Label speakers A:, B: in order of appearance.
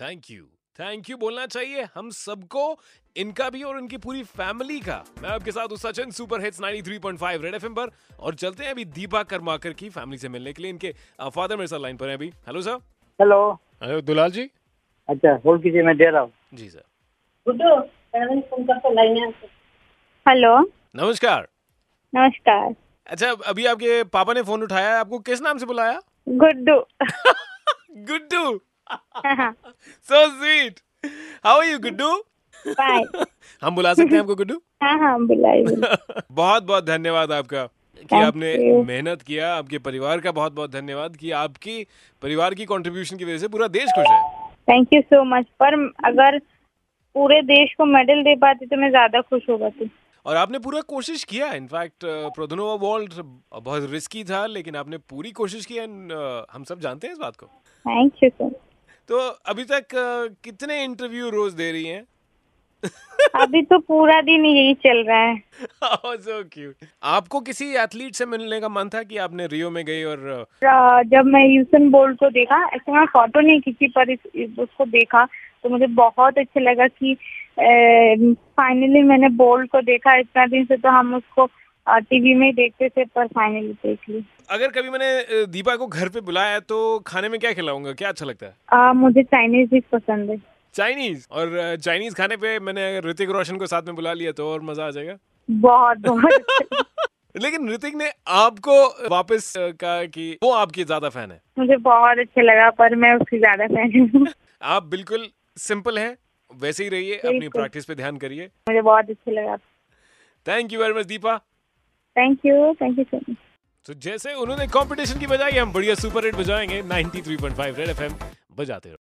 A: Thank you thank you बोलना चाहिए हम सबको इनका भी और इनकी पूरी फैमिली का मैं आपके साथ उस Sachin super hits 93.5 red FM पर और चलते हैं अभी दीपा करमाकर की फैमिली से मिलने के लिए इनके फादर मेरे साथ लाइन पर हैं अभी hello sir
B: hello
A: hello Dulal ji
B: अच्छा होल्ड कीजिए मैं दे रहा हूँ
A: जी सर
C: हेलो
A: नमस्कार
C: नमस्कार
A: अच्छा अब- अभी आपके पापा ने फोन उठाया है आपको किस नाम से बुलाया
C: Guddu
A: Guddu
C: bye
A: so sweet how are you Guddu हम बुला सकते हैं आपको गुड्डू
C: हाँ हाँ बुलाइए
A: बहुत बहुत धन्यवाद आपका कि
C: Thank
A: आपने
C: you.
A: मेहनत किया आपके परिवार का बहुत बहुत धन्यवाद कि आपकी परिवार की कंट्रीब्यूशन की वजह से पूरा देश खुश है
C: थैंक यू सो मच पर अगर पूरे देश को मेडल दे पाती तो मैं ज्यादा खुश हो पाती
A: और आपने पूरा कोशिश किया इनफैक्ट प्रोधनोवा वर्ल्ड बहुत रिस्की था लेकिन आपने पूरी कोशिश की एंड हम सब जानते हैं इस बात को
C: थैंक यू सो मच
A: तो अभी तक uh, कितने इंटरव्यू रोज दे रही हैं
C: अभी तो पूरा दिन यही चल रहा है
A: सो क्यूट Oh, आपको किसी एथलीट से मिलने का मन था कि आपने रियो में गई और uh,
C: अ, जब मैं यूसन बोल्ट को देखा ऐसे मैं फोटो नहीं खींची पर इस, इस- उसको देखा तो मुझे बहुत अच्छा लगा कि फाइनली मैंने बोल्ट को देखा इतना दिन से तो हम उसको टीवी में ही देखते थे पर फाइनली देख ली
A: अगर कभी मैंने uh, दीपा को घर पे बुलाया तो खाने में क्या खिलाऊंगा क्या अच्छा लगता है
C: अ, मुझे चाइनीज डिश पसंद है
A: चाइनीज और चाइनीज खाने पे मैंने अगर ऋतिक रोशन को साथ में बुला लिया तो और मजा आ जाएगा
C: बहुत अच्छा बहुत
A: लेकिन ऋतिक ने आपको वापस अ, कहा कि वो आपकी ज्यादा फैन है
C: मुझे बहुत अच्छा लगा पर मैं उसकी ज्यादा फैन हूँ
A: आप बिल्कुल सिंपल हैं वैसे ही रहिए अपनी
C: बिल्कुल।
A: प्रैक्टिस पे ध्यान करिए
C: मुझे बहुत अच्छा लगा
A: thank you very much Deepa
C: thank you thank you so much
A: तो जैसे उन्होंने कंपटीशन की बजाई हम बढ़िया सुपर हिट बजाएंगे 93.5 रेड एफएम बजाते रहो